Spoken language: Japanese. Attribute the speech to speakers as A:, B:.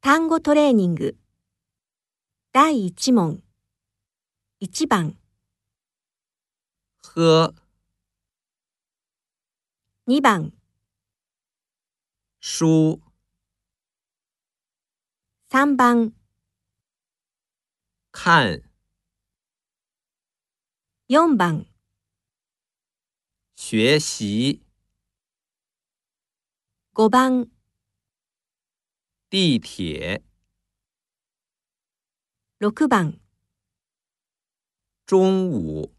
A: 単語トレーニング。第1問。1番、
B: 喝、
A: 2番、
B: 书、
A: 3番、
B: 看、
A: 4番、
B: 学习、
A: 5番、
B: 地铁、
A: 6番。
B: 中午。